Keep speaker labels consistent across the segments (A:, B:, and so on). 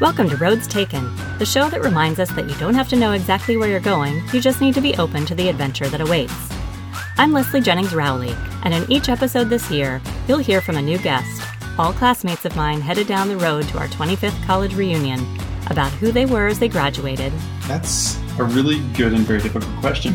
A: Welcome to Roads Taken, the show that reminds us that you don't have to know exactly where you're going, you just need to be open to the adventure that awaits. I'm Leslie Jennings Rowley, and in each episode this year, you'll hear from a new guest, all classmates of mine headed down the road to our 25th college reunion, about who they were as they graduated,
B: That's a really good and very difficult question.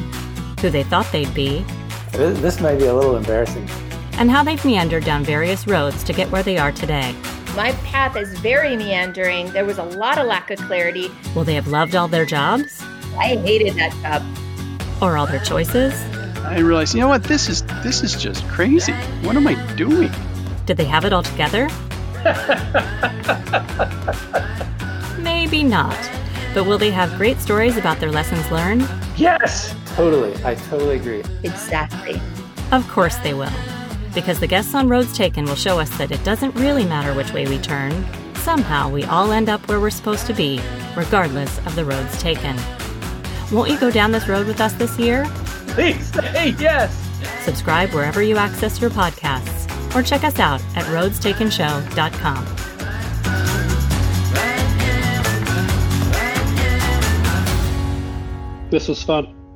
A: who they thought they'd be,
C: This, this may be a little embarrassing.
A: and how they've meandered down various roads to get where they are today.
D: My path is very meandering. There was a lot of lack of clarity.
A: Will they have loved all their jobs?
D: I hated that job.
A: Or all their choices?
E: I realized, you know what? This is this is just crazy. What am I doing?
A: Did they have it all together? Maybe not. But will they have great stories about their lessons learned?
C: Totally. I totally agree.
D: Exactly.
A: Of course they will. Because the guests on Roads Taken will show us that it doesn't really matter which way we turn. Somehow we all end up where we're supposed to be, regardless of the roads taken. Won't you go down this road with us this year?
F: Please say yes.
A: Subscribe wherever you access your podcasts, or check us out at roadstakenshow.com.
G: This was fun.